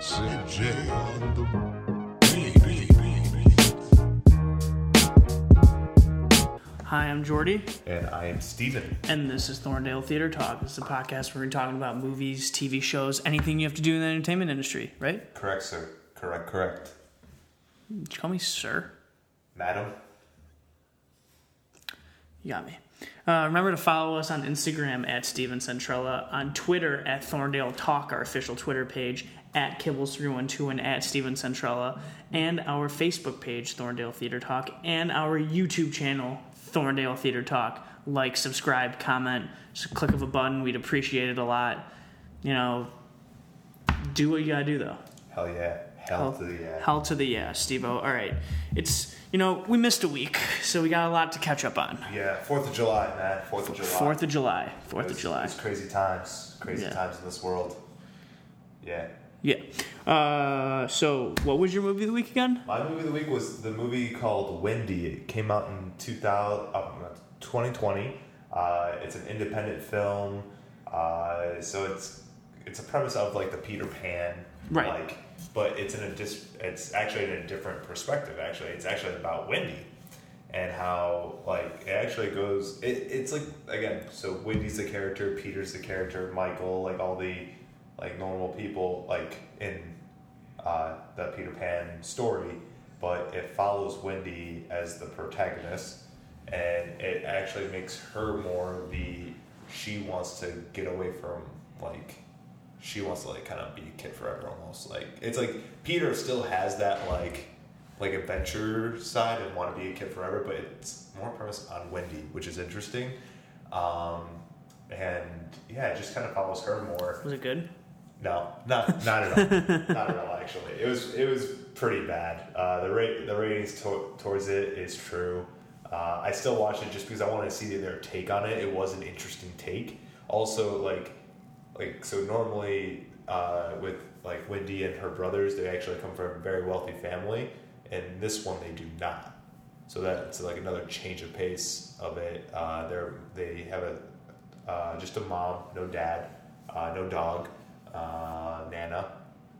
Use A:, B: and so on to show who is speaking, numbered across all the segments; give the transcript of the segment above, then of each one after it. A: CJ on the
B: Hi, I'm Jordy,
C: And I am Steven.
B: and this is Thorndale Theater Talk. It's a podcast where we're talking about movies, TV shows, anything you have to do in the entertainment industry, right?
C: Correct, sir. Correct, correct.
B: Did you call me sir?
C: Madam?
B: You got me. Uh, remember to follow us on Instagram at Steven Centrella, on Twitter at Thorndale Talk, our official Twitter page, at Kibbles312 and at Steven Centrella, and our Facebook page, Thorndale Theater Talk, and our YouTube channel, Thorndale Theater Talk. Like, subscribe, comment, just a click of a button. We'd appreciate it a lot. You know, do what you gotta do though.
C: Hell yeah. Hell to the yeah.
B: Hell to the yeah, Steve All right. It's, you know, we missed a week, so we got a lot to catch up on.
C: Yeah, 4th of July, man. 4th of July.
B: Fourth of July. Fourth
C: It
B: of
C: was-
B: July.
C: It's crazy times. Crazy
B: Yeah.
C: times in this world. Yeah.
B: Yeah. Uh, so, what was your movie of the week again?
C: My movie of the week was the movie called Wendy. It came out in 2000, uh, 2020. Uh, it's an independent film. Uh, so it's it's a premise of like the Peter Pan,
B: Right.
C: Like, but it's in a dis- It's actually in a different perspective. Actually, it's actually about Wendy and how like it actually goes. It, it's like again. So Wendy's the character, Peter's the character, Michael, like all the like normal people like in uh, the Peter Pan story, but it follows Wendy as the protagonist, and it actually makes her more the she wants to get away from like she wants to like kind of be a kid forever almost like it's like Peter still has that like like adventure side and want to be a kid forever, but it's more premise on Wendy, which is interesting. Um, and yeah, it just kind of follows her more.
B: Was it good?
C: No, not not at all. not at all. Actually, it was it was pretty bad. Uh, the rate the ratings to- towards it is true. Uh, I still watched it just because I wanted to see their take on it. It was an interesting take. Also, like like so normally uh, with like Wendy and her brothers, they actually come from a very wealthy family, and this one they do not. So that's like another change of pace of it. Uh, they're they have a uh, just a mom, no dad, uh, no dog, uh, Nana.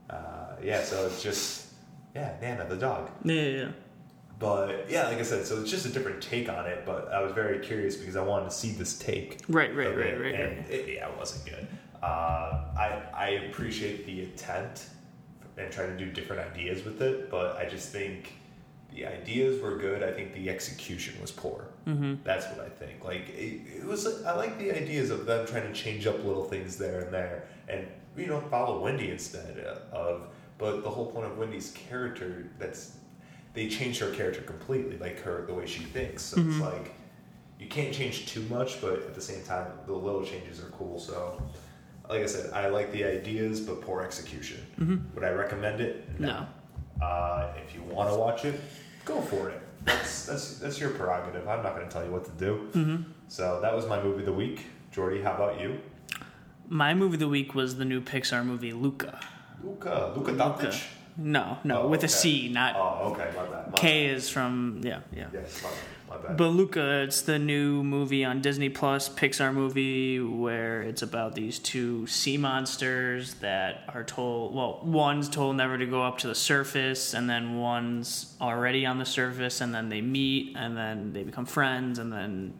C: Uh, yeah, so it's just yeah, Nana the dog.
B: Yeah, yeah, yeah.
C: But yeah, like I said, so it's just a different take on it. But I was very curious because I wanted to see this take.
B: Right, right,
C: of
B: right,
C: it,
B: right,
C: and
B: right.
C: It, yeah, it wasn't good. Uh, I I appreciate the attempt and trying to do different ideas with it, but I just think the ideas were good. I think the execution was poor. Mm-hmm. That's what I think. Like it, it was. I like the ideas of them trying to change up little things there and there, and you know follow Wendy instead of. But the whole point of Wendy's character that's they changed her character completely, like her the way she thinks. So
B: Mm-hmm.
C: it's like you can't change too much, but at the same time, the little changes are cool. So, like I said, I like the ideas, but poor execution. Would I recommend it?
B: Mm-hmm. No.
C: Uh, if you want to watch it, go for it. That's that's that's your prerogative. I'm not going to tell you what to do.
B: Mm-hmm.
C: So that was my movie of the week. Jordy, how about you?
B: My movie of the week was the new Pixar movie Luca.
C: Luca, Luca
B: Luca.
C: Doncic.
B: No, no,
C: Oh,
B: with a
C: okay.
B: C, not
C: Oh, okay, my bad. My
B: K is from yeah, yeah.
C: Bad. Yes, my, my bad.
B: But Luca, it's the new movie on Disney Plus, Pixar movie, where it's about these two sea monsters that are told, well, one's told never to go up to the surface, and then one's already on the surface, and then they meet, and then they become friends, and then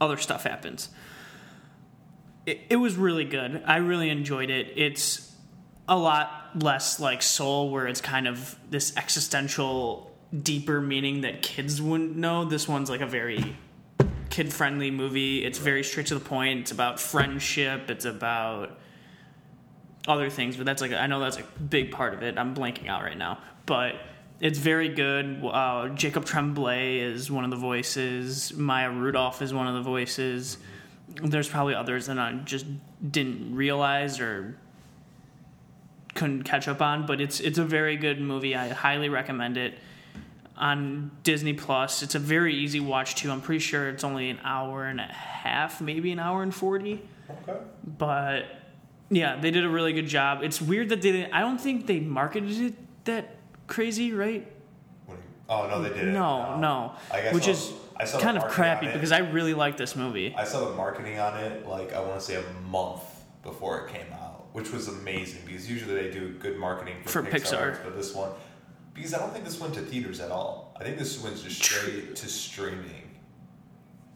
B: other stuff happens. It, it was really good. I really enjoyed it. It's a lot less like Soul, where it's kind of this existential, deeper meaning that kids wouldn't know. This one's like a very kid friendly movie. It's very straight to the point. It's about friendship. It's about other things, but that's like I know that's a big part of it. I'm blanking out right now, but it's very good. Uh, Jacob Tremblay is one of the voices. Maya Rudolph is one of the voices. There's probably others that I just didn't realize or couldn't catch up on, but it's it's a very good movie. I highly recommend it on Disney Plus. It's a very easy watch too. I'm pretty sure it's only an hour and a half, maybe an hour and forty
C: okay.
B: but yeah, they did a really good job. It's weird that they didn't. I don't think they marketed it that crazy, right?
C: What do you- Oh no, they didn't.
B: No, no,
C: I guess
B: which
C: I'll-
B: is
C: I saw the
B: kind of
C: marketing
B: crappy
C: on it.
B: because I really like this movie.
C: I saw the marketing on it like I want to say a month before it came out. which was amazing because usually they do good marketing
B: For
C: for,
B: Pixar.
C: but this one because I don't think this went to theaters at all. I think this went just straight to streaming.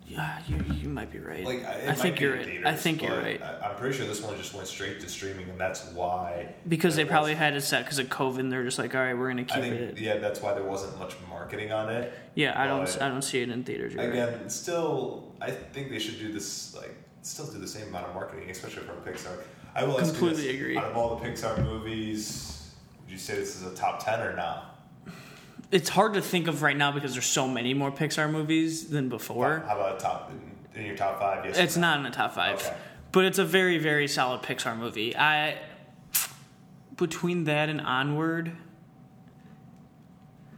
B: Yeah, you, you might be right.
C: Like I, it
B: I
C: might
B: think
C: be
B: you're
C: in
B: right.
C: Theaters,
B: I think you're
C: but
B: right.
C: I, I'm pretty sure this one just went straight to streaming, and that's why
B: Because they
C: there
B: probably
C: was-
B: had it set because of COVID. and They're just like, all right, we're gonna keep
C: I think
B: it.
C: yeah, that's why there wasn't much marketing on it.
B: Yeah, I don't.
C: but-
B: I don't see it in theaters. You're right.
C: Again, still, I think they should do this like still do the same amount of marketing, especially for Pixar. I will ask you
B: Completely
C: this.
B: agree.
C: Out of all the Pixar movies, would you say this is a top ten or not?
B: It's hard to think of right now because there's so many more Pixar movies than before.
C: How about top in, in your top five? Yes. or
B: It's
C: no?
B: not in the top five,
C: Okay.
B: but it's a very, very solid Pixar movie. I between that and Onward,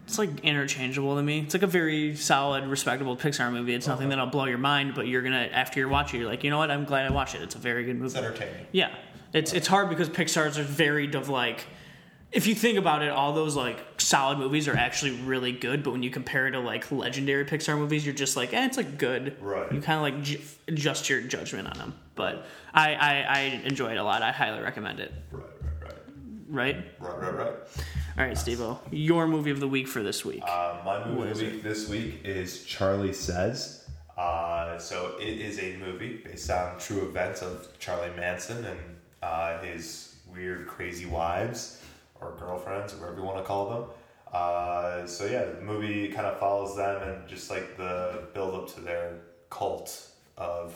B: it's like interchangeable to me. It's like a very solid, respectable Pixar movie. It's nothing that'll blow your mind, but you're gonna after you're watching, you're like, you know what? I'm glad I watched it. It's a very good movie.
C: It's entertaining.
B: Yeah, it's it's hard because Pixar's are varied of like. If you think about it, all those like solid movies are actually really good, but when you compare it to like legendary Pixar movies, you're just like, eh, it's like good.
C: Right.
B: You kind of like ju- adjust your judgment on them. But I, I I enjoy it a lot. I highly recommend it.
C: Right, right,
B: Right.
C: right, right, right, right.
B: All right, Steve-O, your movie of the week for this week.
C: Uh, my movie of the week this week is Charlie Says. Uh, so it is a movie based on true events of Charlie Manson and uh, his weird, crazy wives or girlfriends, or whatever you want to call them. Uh, so yeah, the movie kind of follows them and just like the build up to their cult of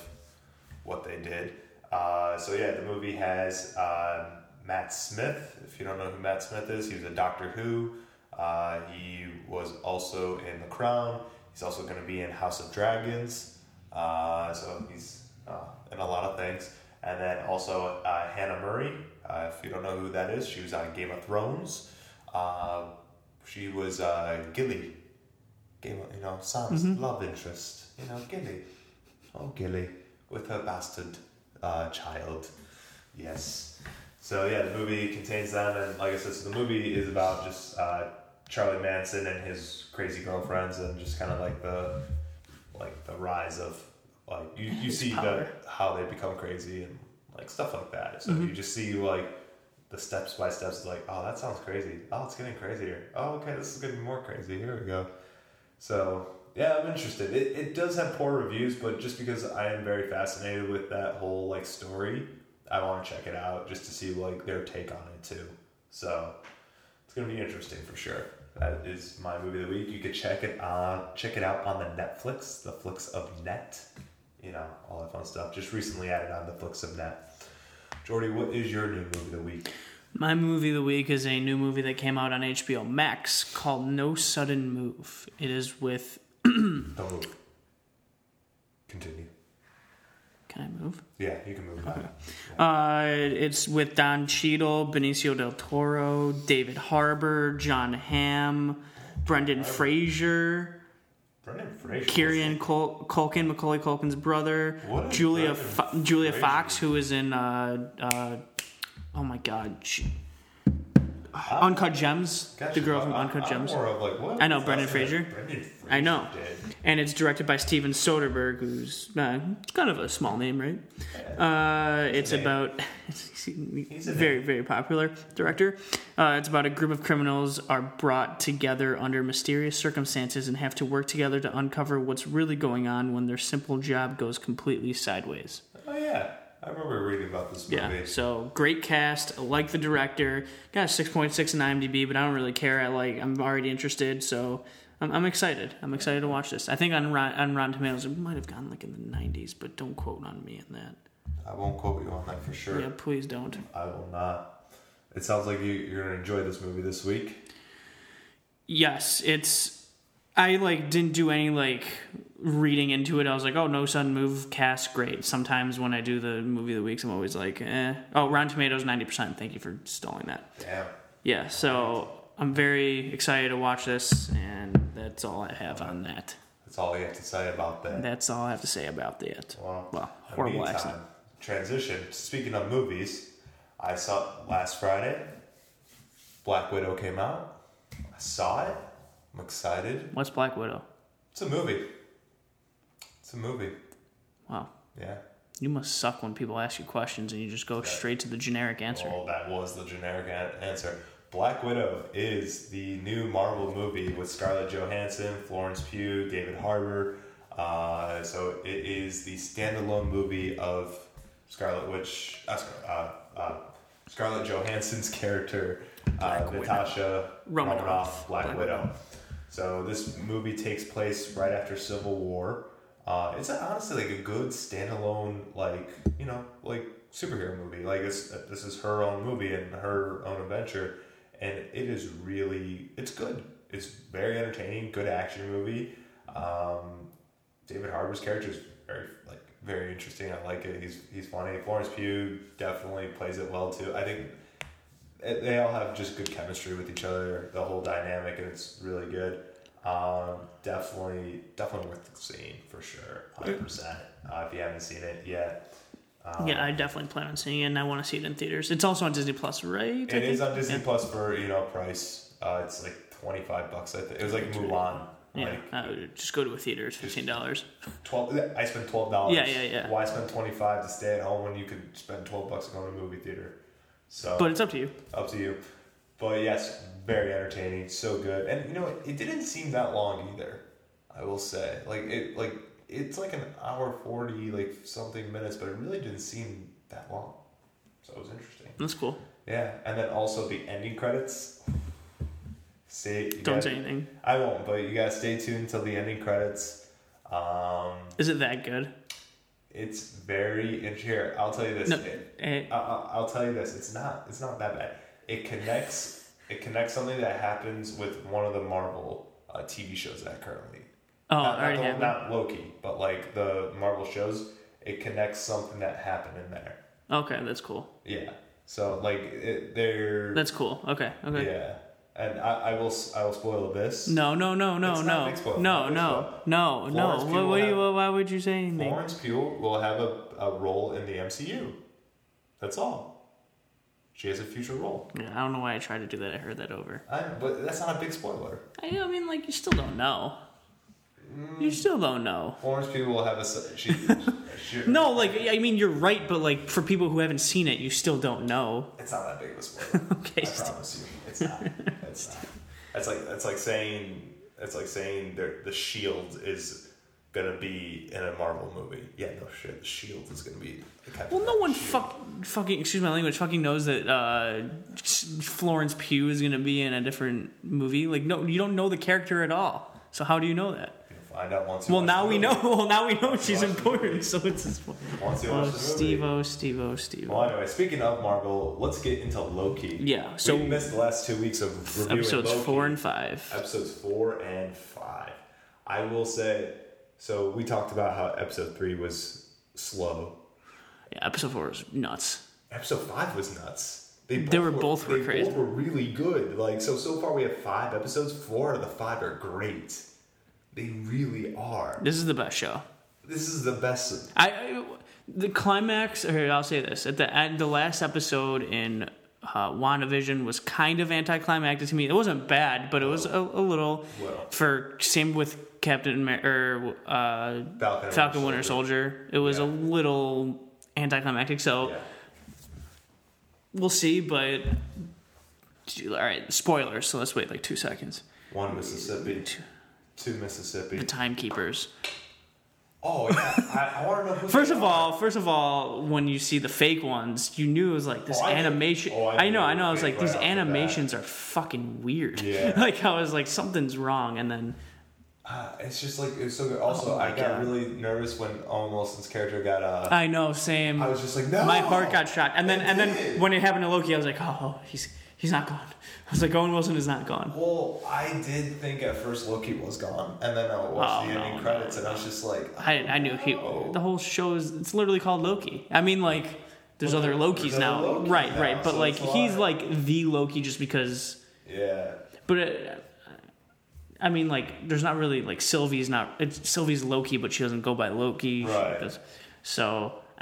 C: what they did. Uh, so yeah, the movie has uh, Matt Smith. If you don't know who Matt Smith is, he was a Doctor Who. Uh, he was also in The Crown. He's also going to be in House of Dragons. Uh, so he's uh, in a lot of things. And then also uh, Hannah Murray. Uh, if you don't know who that is, she was on Game of Thrones. Uh, she was uh, Gilly. Game of, you know, Sam's love interest. You know, Gilly. Oh, Gilly, with her bastard uh, child. Yes. So yeah, the movie contains them, and like I said, so the movie is about just uh, Charlie Manson and his crazy girlfriends, and just kind of like the like the rise of like you, you see the
B: power.
C: how they become crazy and like stuff like that. So you just see like the steps by steps, like oh that sounds crazy. Oh, it's getting crazier. Oh, okay, this is gonna be more crazy. Here we go. So yeah, I'm interested. It, it does have poor reviews, but just because I am very fascinated with that whole like story, I want to check it out just to see like their take on it too. So it's gonna be interesting for sure. That is my movie of the week. You could check it on check it out on the Netflix, the Flicks of Net, you know all that fun stuff. Just recently added on the Flicks of Net. Jordy, what is your new movie of the week?
B: My movie of the week is a new movie that came out on HBO Max called No Sudden Move. It is with.
C: Don't move. Continue.
B: Can I move?
C: Yeah, you can move on.
B: Uh, it's with Don Cheadle, Benicio del Toro, David Harbour, John Hamm, Brendan Fraser,
C: Brendan Fraser.
B: Kieran Cul- Culkin, Macaulay Culkin's brother,
C: What is
B: Julia
C: Brendan
B: Fo- Julia
C: Fraser?
B: Fox, who is in uh, uh, oh my God, she- Uncut Gems,
C: Gosh,
B: the girl from
C: I-
B: Uncut
C: I'm
B: Gems.
C: more of like, what
B: I know,
C: is
B: Brendan
C: that
B: Fraser.
C: that Brendan Fraser
B: I know.
C: did?
B: And it's directed by Steven Soderbergh, who's uh, kind of a small name, right? Uh, it's
C: a name.
B: about
C: He's
B: he's
C: a
B: a very very popular director. Uh, it's about a group of criminals are brought together under mysterious circumstances and have to work together to uncover what's really going on when their simple job goes completely sideways.
C: Oh yeah, I remember reading about this movie.
B: Yeah. So great cast. I like the director. Got a six point six in IMDb, but I don't really care. I like. I'm already interested, so I'm, I'm excited. I'm excited to watch this. I think on Ron, on Rotten Tomatoes it might have gone like in the 90s, but don't quote on me on that.
C: I won't quote you on that for sure.
B: Yeah, please don't.
C: I will not. It sounds like you, you're gonna enjoy this movie this week.
B: Yes, it's. I like didn't do any like reading into it. I was like, oh no, sudden move cast great. Sometimes when I do the movie of the weeks, I'm always like, eh. Oh, Rotten Tomatoes 90%. Thank you for stalling that.
C: Damn.
B: yeah, so I'm very excited to watch this, and that's all I have on that.
C: That's all you have to say about that.
B: That's all I have to say about that.
C: Well,
B: Well,
C: in the
B: horrible
C: meantime,
B: accent.
C: Transition. Speaking of movies, I saw last Friday. Black Widow came out. I saw it. I'm excited.
B: What's Black Widow?
C: It's a movie. It's a movie.
B: Wow.
C: Yeah.
B: You must suck when people ask you questions and you just go straight to the generic answer.
C: Well, that was the generic a- answer. Black Widow is the new Marvel movie with Scarlett Johansson, Florence Pugh, David Harbour. Uh, so it is the standalone movie of Scarlet Witch, uh, Scar- uh, uh, Scarlett Johansson's character, uh, Natasha
B: Romanoff.
C: Romanoff, Black,
B: Black
C: Widow. So this movie takes place right after Civil War. Uh, it's a, honestly like a good standalone, like you know, like superhero movie. Like this, this is her own movie and her own adventure, and it is really, it's good. It's very entertaining, good action movie. Um, David Harbour's character is very like very interesting. I like it. He's he's funny. Florence Pugh definitely plays it well too. I think it- they all have just good chemistry with each other. The whole dynamic and it's really good. Um, definitely, definitely worth seeing for sure. Hundred percent. Uh, if you haven't seen it yet,
B: yeah, I definitely plan on seeing it and I want to see it in theaters. It's also on Disney Plus, right? I
C: it is
B: think?
C: on Disney
B: Yeah.
C: Plus for you know price. Uh, it's like twenty five bucks. I think it was like Mulan.
B: Yeah, uh,
C: Like
B: I would just go to a theater. It's fifteen dollars.
C: twelve. I spent twelve dollars.
B: Yeah, yeah, yeah.
C: Why spend twenty five to stay at home when you could spend twelve bucks and go to a movie theater? So
B: But it's up to you.
C: up to you. But yes, very entertaining, so good. And you know, it, it didn't seem that long either. I will say, like it, like it's like an hour forty, like something minutes, but it really didn't seem that long. So it was interesting.
B: That's cool.
C: Yeah, and then also the ending credits. Say you
B: Don't
C: gotta-
B: say anything.
C: I won't, but you gotta stay tuned till the ending credits. Um,
B: Is it that good?
C: it's very and here. I'll tell you this.
B: No.
C: it-
B: Eh,
C: I- I- I'll tell you this: it's not it's not that bad. It connects it connects something that happens with one of the Marvel uh, TV shows that currently.
B: oh,
C: not,
B: I already
C: not, the-
B: have. it.
C: not Loki, but like the Marvel shows. It connects something that happened in there.
B: Okay, that's cool.
C: Yeah. So like it, they're
B: That's cool. Okay, okay.
C: yeah, and I, I will s- I will spoil this.
B: No, no, no, no,
C: It's not
B: no,
C: big spoil,
B: no,
C: not big
B: no, no,
C: spoil. Florence
B: no. What,
C: Pugh will
B: what do you,
C: have-
B: why would you say anything?
C: Florence Pugh will have a, a role in the MCU. That's all. She has a future role.
B: Yeah, I don't know why I tried to do that. I heard that over.
C: I, but that's not a big spoiler.
B: I, I mean, like you still don't know.
C: Mm.
B: You still don't know.
C: Florence Pugh will have a s- she. she
B: No, like I mean, you're right, but like for people who haven't seen it, you still don't know.
C: it's not that big of a spoiler.
B: Okay,
C: I promise you, it's not. It's not. That's like that's like saying it's like saying there- the Shield is gonna be in a Marvel movie. Yeah, no shit. The Shield is gonna be. the Captain
B: Well, no
C: America
B: one
C: Shield.
B: fuck, fucking, excuse my language, fucking knows that uh, Florence Pugh is going to be in a different movie. Like, no, you don't know the character at all. So how do you know that?
C: You'll find out once. You
B: Well,
C: watch
B: now
C: the
B: we
C: movie.
B: know. Well, now we know she's
C: watch the
B: important. So it's just
C: Once you watch
B: oh,
C: the movie.
B: Steve-O, Steve-O, Steve-O.
C: Well, anyway, speaking of Marvel, let's get into Loki.
B: Yeah, so-
C: we missed the last two weeks of reviewing
B: Episodes
C: Loki.
B: four and five.
C: episodes four and five. I will say, so we talked about how episode three was slow.
B: Yeah, episode four is nuts.
C: Episode five was nuts. They, both
B: They were both were
C: they
B: crazy.
C: Both were really good. Like so, so far we have five episodes. Four out of the five are great. They really are.
B: This is the best show.
C: This is the best.
B: I, I the climax. Or I'll say this at the end. The last episode in uh, WandaVision was kind of anticlimactic to me. It wasn't bad, but it was a, a little.
C: Well.
B: For same with Captain Amer- or uh,
C: Falcon, and
B: Falcon Winter Soldier, it was a
C: Yeah.
B: little anticlimactic. So
C: Yeah.
B: we'll see, but. All right, spoilers. So let's wait like two seconds.
C: One Mississippi, two Mississippi.
B: The timekeepers.
C: Oh yeah, I, I want to know who. they
B: First of
C: are.
B: all, first of all, when you see the fake ones, you knew it was like this
C: Oh, I knew-
B: animation.
C: oh, I
B: I, know,
C: knew
B: I know. I was
C: fake
B: like, these
C: right off the bat.
B: animations are fucking weird.
C: Yeah.
B: like I was like, something's wrong, and then
C: Uh, it's just like it's so good. Also, I
B: Oh my
C: got
B: God.
C: really nervous when Owen Wilson's character got uh,
B: I know, Sam.
C: I was just like, no.
B: my heart got shot, and then
C: It
B: and then
C: did.
B: when it happened to Loki, I was like, oh, he's he's not gone. I was like, Owen Wilson is not gone.
C: Well, I did think at first Loki was gone, and then I watched
B: Oh,
C: the
B: no,
C: ending
B: no,
C: credits, and I was just like,
B: I I knew he.
C: Oh.
B: The whole show is it's literally called Loki. I mean, like there's other Lokis
C: other
B: now,
C: Lokis
B: right?
C: now,
B: right, but
C: so
B: like
C: it's a
B: he's
C: lot.
B: like the Loki just because.
C: yeah,
B: But uh I mean, like, there's not really like Sylvie's not it's Sylvie's Loki, but she doesn't go by Loki. She
C: Right.
B: does- So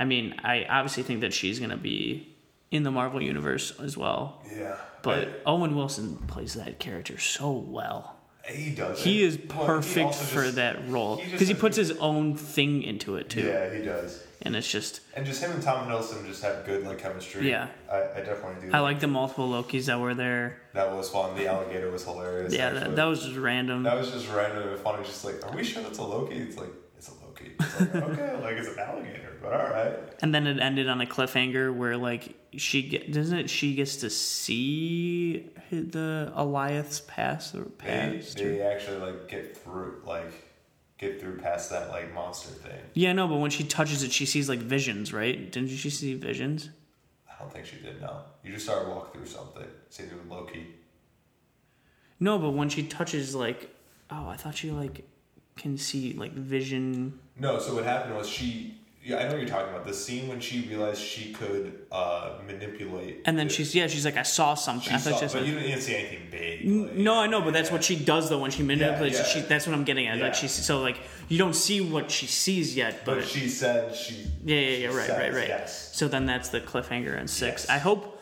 B: I mean, I obviously think that she's gonna be in the Marvel universe as well.
C: yeah.
B: But Owen Wilson plays that character so well.
C: But he does.
B: He
C: it.
B: is
C: But he
B: perfect
C: also
B: for
C: just-
B: that role
C: he just
B: because he
C: has
B: puts
C: to-
B: his own thing into it too.
C: Yeah, he does.
B: and it's just
C: And just him and Tom Hiddleston just have good like chemistry.
B: Yeah.
C: I, I definitely do.
B: I like the multiple Lokis that were there.
C: that was fun. The alligator was hilarious.
B: Yeah,
C: actually.
B: that, that was just random.
C: That was just random and funny. Just like, are we sure that's a Loki? It's like, it's a Loki. It's like, okay, like it's an alligator, but all right.
B: and then it ended on a cliffhanger where like she get, doesn't it, she gets to see the Eliath's pass or
C: They,
B: past. or-
C: they actually like get through, like get through past that like monster thing.
B: Yeah, no, but when she touches it, she sees like visions, right? Didn't she see visions?
C: I don't think she did. No, you just saw her walk through something. See, there was Loki.
B: No, but when she touches like, oh, I thought she like can see like vision.
C: No, so what happened was she. Yeah, I know what you're talking about. The scene when she realized she could uh, manipulate.
B: And then
C: the-
B: she's yeah, she's like I saw something.
C: She
B: I thought
C: saw,
B: she saw
C: but you didn't, you didn't see anything big. like-
B: No, I know, but that's
C: Yeah.
B: what she does though when she manipulates. it.
C: yeah.
B: She, that's what I'm getting at.
C: Yeah.
B: Like she, so like you don't see what she sees yet, but,
C: But she said she.
B: yeah, yeah, yeah,
C: she
B: right,
C: says
B: right, right.
C: Yes.
B: So then that's the cliffhanger in six.
C: Yes.
B: I hope.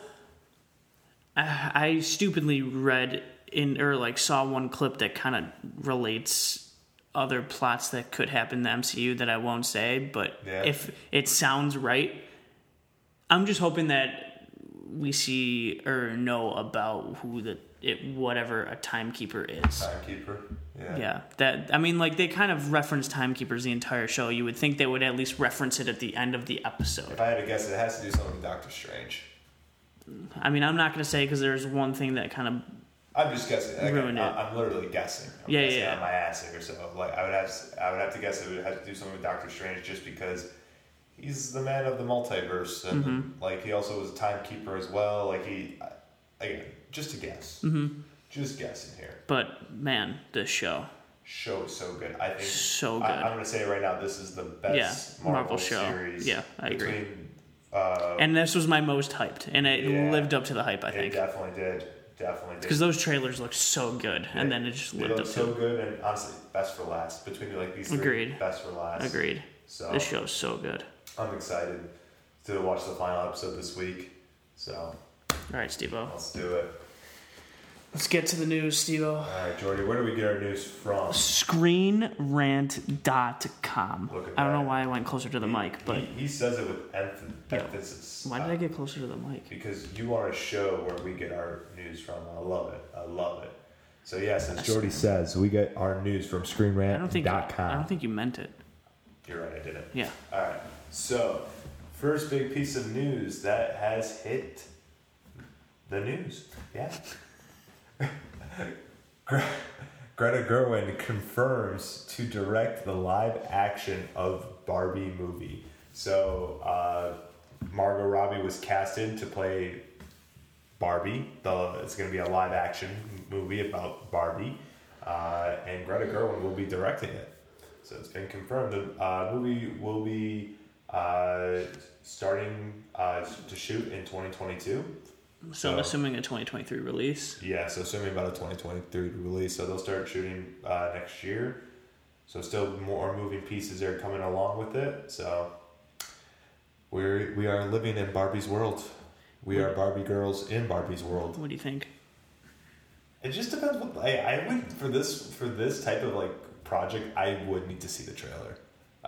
B: I, I stupidly read in or like saw one clip that kind of relates other plots that could happen in the MCU that I won't say, but
C: Yeah.
B: if it sounds right, I'm just hoping that we see or know about who the it whatever a timekeeper is.
C: Timekeeper. Yeah.
B: Yeah, that I mean, like they kind of reference timekeepers the entire show. You would think they would at least reference it at the end of the episode.
C: If I had to guess, it has to do something with Doctor Strange.
B: I mean, I'm not gonna say because there's one thing that kind of
C: I'm just guessing. Like,
B: Ruined
C: I,
B: it.
C: I'm literally guessing. I'm
B: Yeah,
C: guessing
B: yeah,
C: On
B: yeah.
C: my ass here, so like I would have, I would have to guess it would have to do something with Doctor Strange, just because he's the man of the multiverse, and
B: Mm-hmm.
C: like he also was a timekeeper as well. Like he, I- again, just a guess. Mm-hmm. Just guessing here.
B: But man, this show.
C: Show is so good. I think
B: So good.
C: I, am gonna say it right now. This is the best
B: Yeah,
C: Marvel,
B: Marvel show.
C: series.
B: Yeah, I agree.
C: Between, uh,
B: And this was my most hyped, and it
C: Yeah.
B: lived up to the hype, I
C: it
B: think.
C: definitely did. Definitely did.
B: Because those trailers looked so good, and then it just
C: They
B: lived up
C: look
B: to
C: so good, and honestly, best for last. Between like these three,
B: Agreed.
C: best for last.
B: Agreed.
C: So
B: This show's so good.
C: I'm excited to watch the final episode this week. So
B: All right, Steve O.
C: let's do it.
B: Let's get to the news, Steve O.
C: All right, Jordy, where do we get our news from?
B: Screenrant.com.
C: Look at
B: I don't know
C: that.
B: why I went closer to the mic, but
C: he, he says it with emph- emphasis. uh,
B: why did I get closer to the mic?
C: Because you want to show where we get our news from. I love it. I love it. So yeah, since Jordy says we get our news from ScreenRant.com.
B: I don't think I don't think you meant it.
C: You're right. I didn't.
B: Yeah.
C: All right. So, first big piece of news that has hit the news. Yeah. Gre- Greta Gerwin confirms to direct the live action of Barbie movie. So, uh, Margot Robbie was casted to play Barbie. The it's going to be a live action movie about Barbie, uh, and Greta Gerwig will be directing it. So it's been confirmed. The uh, movie will be uh, starting uh, to shoot in 2022.
B: So I'm
C: So-
B: assuming a 2023 release.
C: Yeah, so assuming about a 2023 release. So they'll start shooting uh, next year. So still more moving pieces are coming along with it. So we're we are living in Barbie's world. We are Barbie girls in Barbie's world.
B: What do you think?
C: It just depends. What, I I would for this for this type of like project, I would need to see the trailer.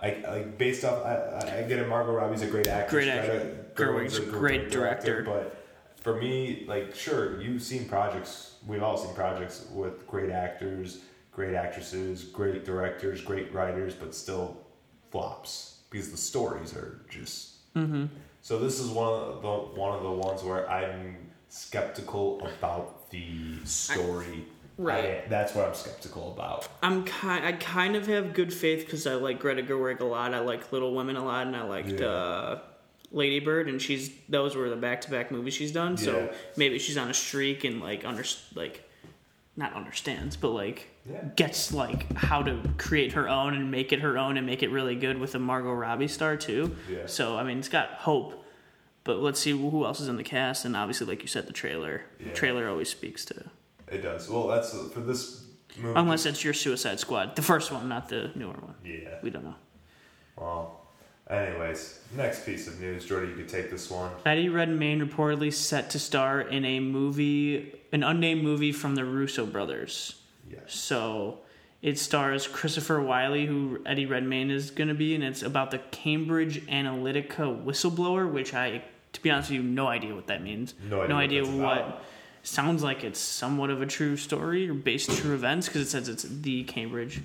C: I like based off. I, I- I get it. Margot Robbie's a great actress.
B: Great actress.
C: Greta
B: Gerwig's a great director.
C: But for me, like sure, you've seen projects. We've all seen projects with great actors, great actresses, great directors, great writers, but still flops because the stories are just so this is one of the one of the ones where I'm skeptical about the story.
B: Right.
C: I- that's what I'm skeptical about.
B: I'm kind. I kind of have good faith because I like Greta Gerwig a lot. I like Little Women a lot, and I liked
C: Yeah.
B: uh, Lady Bird. And she's those were the back to back movies she's done. So
C: Yeah.
B: maybe she's on a streak and like under like not understands, but like
C: Yeah.
B: gets like how to create her own and make it her own and make it really good with a Margot Robbie star too.
C: Yeah.
B: So I mean, it's got hope. But let's see who else is in the cast, and obviously, like you said, the trailer.
C: Yeah.
B: Trailer always speaks to.
C: It does. Well, that's for this movie.
B: Unless it's your Suicide Squad, the first one, not the newer one.
C: yeah.
B: We don't know.
C: Well, anyways, next piece of news, Jordy, you could take this one.
B: Eddie Redmayne reportedly set to star in a movie, an unnamed movie from the Russo brothers.
C: Yes.
B: So It stars Christopher Wiley, who Eddie Redmayne is going to be, and it's about the Cambridge Analytica whistleblower, which I, to be honest with you, no idea what that means.
C: No idea what that's about.
B: Sounds like it's somewhat of a true story or based on true events because it says it's the Cambridge.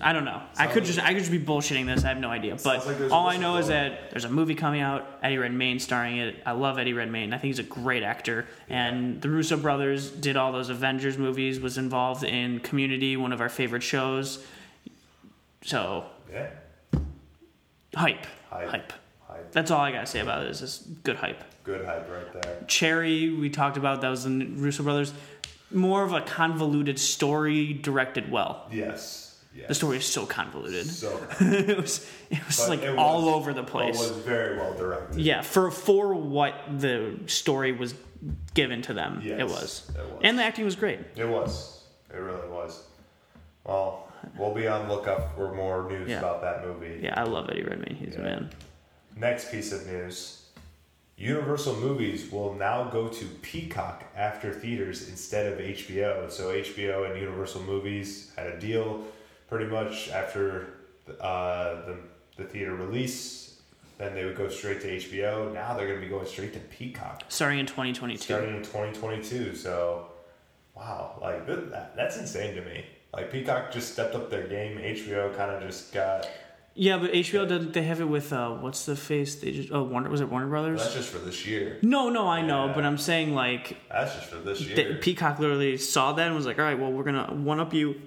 B: I don't know. I could
C: Sounds-
B: just I could just be bullshitting this. I have no idea. But
C: Sounds like there's a
B: all I know is
C: whistleblower.
B: that there's a movie coming out. Eddie Redmayne starring it. I love Eddie Redmayne. I think he's a great actor. And the Russo brothers did all those Avengers movies. Was involved in Community, one of our favorite shows. So
C: Yeah.
B: hype, hype.
C: Hype. Hype.
B: That's all I gotta say about it. Is just good hype.
C: Good hype right there.
B: Cherry, we talked about that was the Russo brothers. More of a convoluted story directed well.
C: Yes. Yes.
B: The story is so convoluted.
C: So,
B: it was it was
C: but
B: like
C: it
B: all
C: was-
B: over the
C: but
B: place.
C: was very well directed.
B: yeah, for for what the story was given to them,
C: Yes,
B: it, was.
C: it was.
B: And the acting was great.
C: It was. It really was. Well, we'll be on lookout for more news
B: Yeah.
C: about that movie.
B: Yeah, I love Eddie Redmayne. He's a
C: Yeah.
B: man.
C: Next piece of news. Universal Movies will now go to Peacock after theaters instead of HBO. So HBO and Universal Movies had a deal pretty much after uh, the, the theater release. Then they would go straight to HBO. Now they're going to be going straight to Peacock
B: Starting in 2022.
C: starting in 2022. So, wow, like th- that, that's insane to me. Like Peacock just stepped up their game. HBO kind of just got.
B: Yeah, but HBO doesn't. They have it with uh, what's the face? They just oh, Warner was it Warner Brothers?
C: That's just for this year.
B: no, no, I know,
C: Yeah.
B: but I'm saying like
C: That's just for this year.
B: that Peacock literally saw that and was like, all right, well, we're gonna one up you,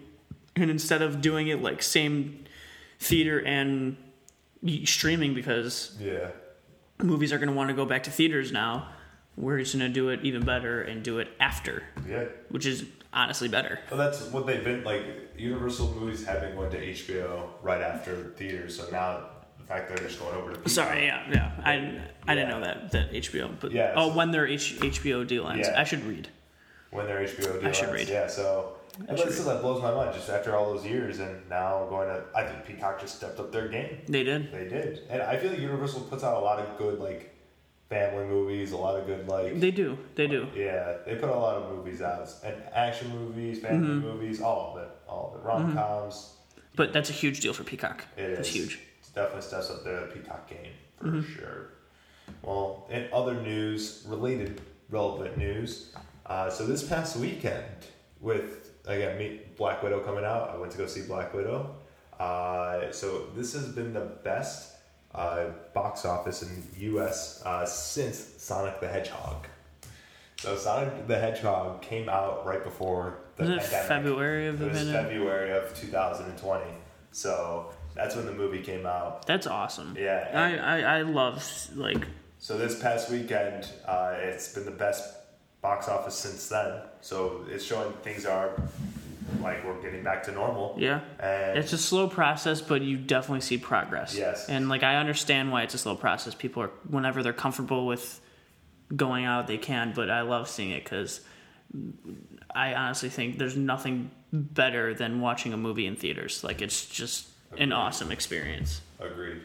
B: and instead of doing it like same theater and y- streaming because
C: yeah.
B: movies are going to want to go back to theaters now. We're just going to do it even better and do it after,
C: Yeah.
B: which is honestly better.
C: Well, that's what they've been like. Universal movies have been going to HBO right after theaters. So now the fact they're just going over to. Peacock.
B: Sorry, yeah, yeah. I, I didn't know that that HBO, but
C: Yes.
B: oh, when their H, HBO deal ends,
C: Yeah.
B: I should read.
C: When their HBO deal
B: I should
C: ends.
B: read.
C: Yeah. So. And
B: should
C: that's still that blows my mind. Just after all those years, and now going to, I think Peacock just stepped up their game.
B: They did.
C: They did, and I feel like Universal puts out a lot of good like family movies, a lot of good like
B: They do. They do.
C: yeah, they put a lot of movies out and action movies, family movies, all of it, all of it, rom coms.
B: But that's a huge deal for Peacock.
C: It is
B: It's huge. Mm-hmm.
C: It's definitely steps up the Peacock game for sure. Well, in other news, related relevant news. Uh, so this past weekend, with again me, Black Widow coming out, I went to go see Black Widow. Uh, so this has been the best uh, box office in the U.S. Uh, since Sonic the Hedgehog. So Sonic the Hedgehog came out right before the
B: Wasn't it
C: pandemic.
B: February of the
C: It was
B: pandemic?
C: February of 2020. So that's when the movie came out.
B: That's awesome.
C: Yeah.
B: I, I, I love like
C: So this past weekend, uh, it's been the best box office since then. So it's showing things are like we're getting back to normal.
B: yeah.
C: And
B: It's a slow process, but you definitely see progress.
C: Yes.
B: And like I understand why it's a slow process. People are whenever they're comfortable with going out, they can. But I love seeing it because I honestly think there's nothing better than watching a movie in theaters. Like it's just an awesome experience.
C: agreed.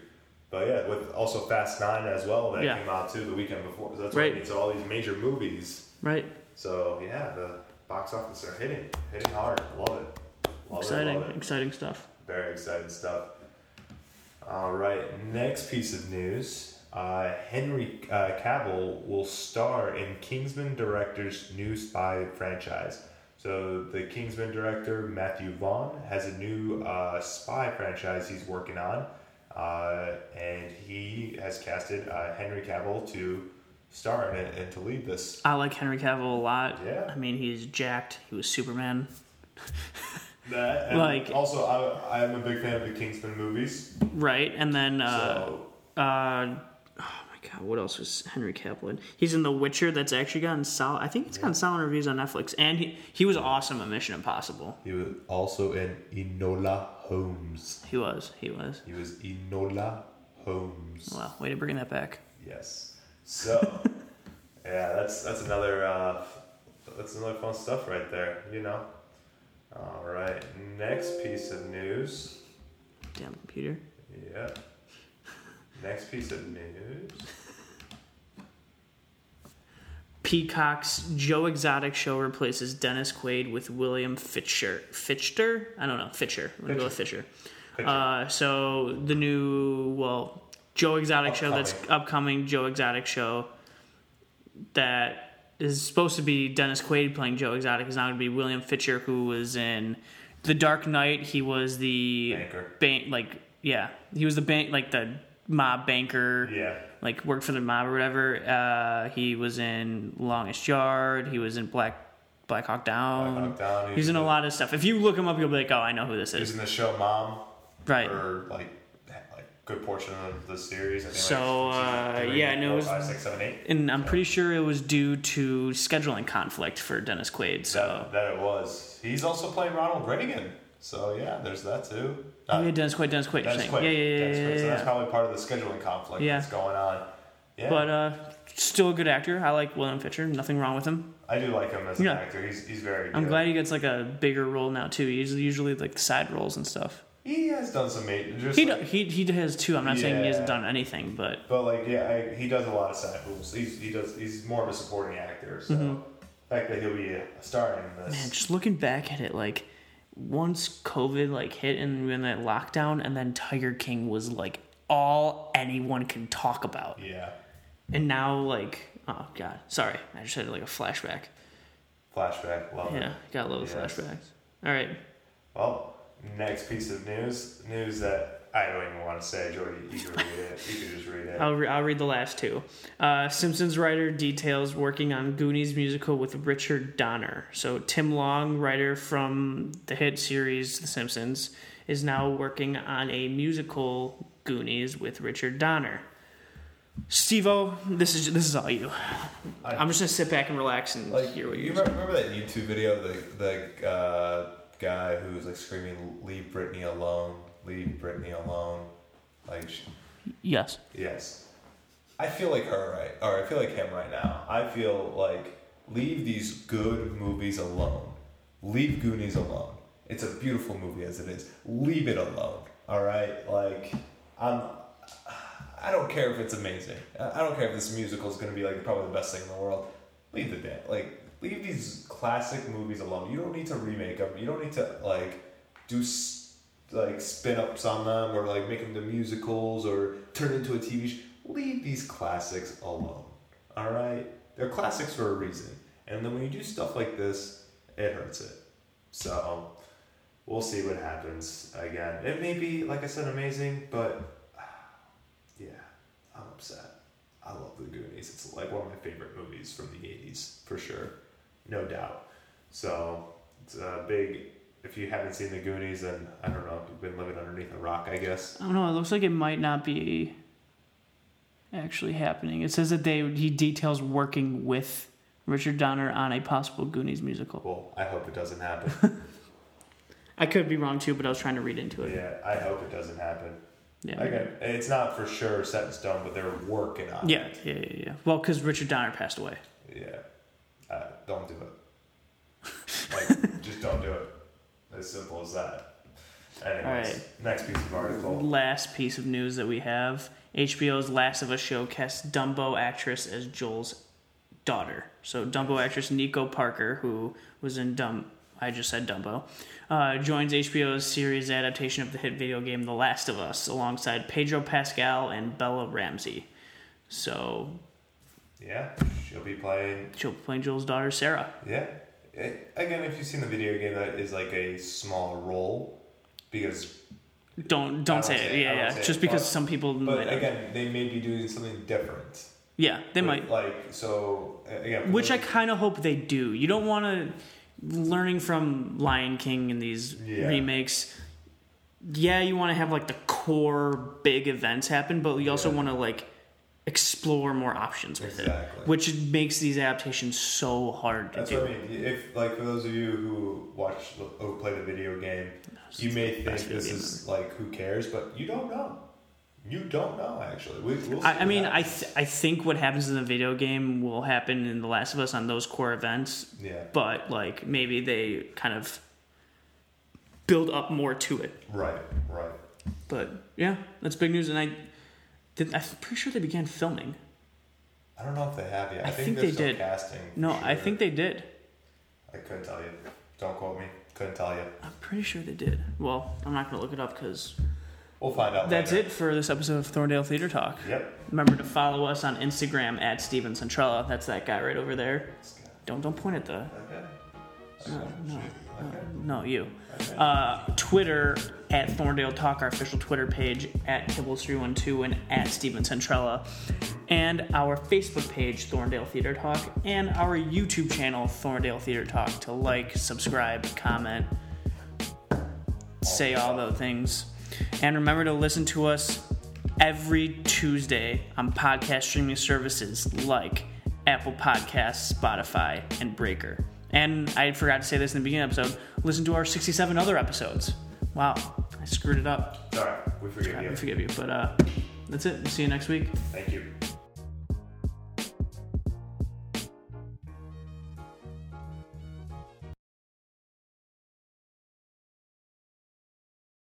C: But yeah, with also Fast Nine as well that
B: Yeah.
C: came out too the weekend before. So that's
B: Right.
C: what I mean. So all these major movies.
B: Right.
C: So yeah, the box office are hitting, hitting hard. Love it. Love It,
B: Exciting.
C: love it.
B: Exciting stuff.
C: Very exciting stuff. All right, next piece of news. Uh, Henry uh, Cavill will star in Kingsman director's new spy franchise. So, the Kingsman director Matthew Vaughn has a new uh, spy franchise he's working on, uh, and he has casted uh, Henry Cavill to star in it and to lead this.
B: I like Henry Cavill a lot.
C: Yeah.
B: I mean, he's jacked. He was Superman.
C: That, and
B: Like-
C: also, I, I'm a big fan of the Kingsman movies.
B: Right. And then. Uh,
C: so,
B: Uh, oh my god, what else was Henry Cavill in? He's in The Witcher. That's actually gotten solid. I think it's gotten solid reviews on Netflix, and he he was awesome in Mission Impossible.
C: He was also in Enola Holmes.
B: He was. He was.
C: He was Enola Holmes.
B: Wow, way to bring that back.
C: Yes. So, yeah, that's that's another uh, that's another fun stuff right there. You know. All right. Next piece of news.
B: Damn computer.
C: Yeah. Next piece of news.
B: Peacock's Joe Exotic show replaces Dennis Quaid with William Fitcher. Fitcher? I don't know. Fitcher. I'm going to go with Fisher. Uh, so the new, well, Joe Exotic show that's
C: Upcoming.
B: upcoming, Joe Exotic show that is supposed to be Dennis Quaid playing Joe Exotic is now going to be William Fitcher, who was in The Dark Knight. He was the
C: Banker.
B: bank, like yeah, he was the bank, like the mob banker
C: Yeah.
B: like worked for the mob or whatever. Uh, he was in Longest Yard. He was in Black Black Hawk Down.
C: Black Hawk Down,
B: Um,
C: he
B: He's
C: was
B: in a
C: in-
B: lot of stuff. If you look him up, you'll be like, oh, I know who this
C: He was
B: is.
C: in the show Mom.
B: Right.
C: Or like like good portion of the series. I think
B: So,
C: like,
B: uh,
C: three,
B: yeah, I know
C: four,
B: it was-
C: five, six, seven, eight.
B: And I'm pretty sure it was due to scheduling conflict for Dennis Quaid. So
C: That, that it was. He's also playing Ronald Reagan. So yeah, there's that too. Not-
B: oh, yeah, Dennis Quaid, Dennis Quaid. you're
C: that's
B: saying.
C: quick.
B: Yeah, yeah, yeah,
C: That's
B: yeah,
C: quick. So
B: yeah,
C: that's
B: yeah.
C: probably part of the scheduling conflict
B: Yeah.
C: that's going on. Yeah,
B: But uh, still a good actor. I like William Fitcher. Nothing wrong with him.
C: I do like him as an
B: yeah.
C: actor. He's he's very.
B: I'm
C: good.
B: glad he gets like a bigger role now too. He's usually like side roles and stuff.
C: he has done some. ma- Just
B: He
C: like-
B: do, he he has too. I'm not saying he hasn't
C: Yeah.
B: done anything, but
C: But like, yeah, I, he does a lot of side moves. He's, he does. He's more of a supporting actor. So the fact that he'll be a star in
B: Mm-hmm.
C: this,
B: Man, just looking back at it, like once COVID like hit and we were in that lockdown, and then Tiger King was like all anyone can talk about,
C: yeah,
B: and now like oh god, sorry, I just had like a flashback.
C: flashback, love it.
B: Yeah, got a little
C: Yes.
B: flashbacks. All right,
C: Well, next piece of news, news that I don't even want to say, Jordy. You can read it. You can just read it.
B: I'll re- I'll read the last two. Uh, Simpsons writer details working on Goonies musical with Richard Donner. So Tim Long, writer from the hit series The Simpsons, is now working on a musical Goonies with Richard Donner. Stevo, this is this is all you. I, am just gonna sit back and relax and
C: Like
B: hear
C: you
B: what you're.
C: remember, remember that YouTube video of the the uh, guy who was like screaming, "Leave Britney alone! Leave Britney alone!" Like, sh-
B: Yes.
C: yes, I feel like her right, or I feel like him right now. I feel like leave these good movies alone. Leave Goonies alone. It's a beautiful movie as it is. Leave it alone. All right, like I'm. I don't care if it's amazing. I I don't care if this musical is going to be like probably the best thing in the world. Leave the band. Like leave these classic movies alone. You don't need to remake them. You don't need to like do s- like spin ups on them or like make them to musicals or turn into a TV show. Leave these classics alone. All right, they're classics for a reason. And then when you do stuff like this, it hurts it. So we'll see what happens again. It may be like I said, amazing, but yeah, I'm upset. I love The Goonies. It's like one of my favorite movies from the 80s, for sure. No doubt. So, it's a big. If you haven't seen The Goonies, then I don't know. You've been living underneath a rock, I guess.
B: I don't know. It looks like it might not be actually happening. It says that they he details working with Richard Donner on a possible Goonies musical.
C: Well, I hope it doesn't happen.
B: I could be wrong too, but I was trying to read into it.
C: yeah, I hope it doesn't happen.
B: Yeah.
C: Again, it's not for sure set in stone, but they're working on
B: Yeah,
C: it.
B: yeah, yeah, yeah. Well, because Richard Donner passed away.
C: Yeah. Uh, don't do it. Like, just don't do it. As simple as that. Anyways,
B: Alright.
C: next piece of article.
B: Last piece of news that we have HBO's Last of Us show casts Dumbo actress as Joel's daughter. So, Dumbo actress Nico Parker, who was in Dumb. I just said Dumbo, uh, joins HBO's series adaptation of the hit video game The Last of Us alongside Pedro Pascal and Bella Ramsey. So
C: Yeah, she'll be playing.
B: she'll be playing Joel's daughter, Sarah.
C: Yeah. It- again, if you've seen the video game, that is like a small role because.
B: Don't
C: I
B: don't
C: won't
B: say,
C: say
B: it.
C: it,
B: Yeah,
C: I won't
B: yeah.
C: say it,
B: Just because
C: but-
B: some people might
C: But
B: not.
C: again, they may be doing something different.
B: Yeah, they
C: With,
B: might.
C: Like so. uh, Again,
B: Which I kind of hope they do. You don't want to learning from Lion King and these
C: Yeah.
B: remakes. Yeah, you want to have like the core big events happen, but you also
C: Yeah.
B: want to like explore more options with
C: Exactly.
B: it, which makes these adaptations so hard to
C: That's
B: do.
C: what I mean. If like for those of you who watch who play the video game, you may think
B: best video
C: this
B: game
C: is like who cares, but you don't know. You don't know actually. We, we'll see
B: I, I
C: what
B: mean, I
C: happens.
B: th- I think what happens in the video game will happen in The Last of Us on those core events,
C: yeah.
B: but like maybe they kind of build up more to it.
C: Right. Right.
B: But yeah, that's big news. And I did. I'm pretty sure they began filming.
C: I don't know if they have yet. I,
B: I
C: think,
B: think
C: they're
B: they
C: still
B: did.
C: casting. for
B: No, I
C: sure.
B: think they did.
C: I couldn't tell you. Don't quote me. Couldn't tell you.
B: I'm pretty sure they did. Well, I'm not going to look it up because
C: We'll find out.
B: that's
C: later.
B: it for this episode of Thorndale Theater Talk.
C: Yep.
B: Remember to follow us on Instagram at Steven Centrella. That's that guy right over there. Don't don't point at the
C: Okay.
B: no no
C: Okay.
B: no you. Uh, Twitter at Thorndale Talk, our official Twitter page at Kibbles three one two and at Steven Centrella, and our Facebook page Thorndale Theater Talk and our YouTube channel Thorndale Theater Talk to like, subscribe, comment, say all those things, and remember to listen to us every Tuesday on podcast streaming services like Apple Podcasts, Spotify, and Breaker. And I forgot to say this in the beginning of the episode. Listen to our 67 other episodes. Wow, I screwed it up.
C: All right. We forgive
B: I
C: you.
B: forgive you, but uh, that's it. We'll see you next week.
C: Thank you.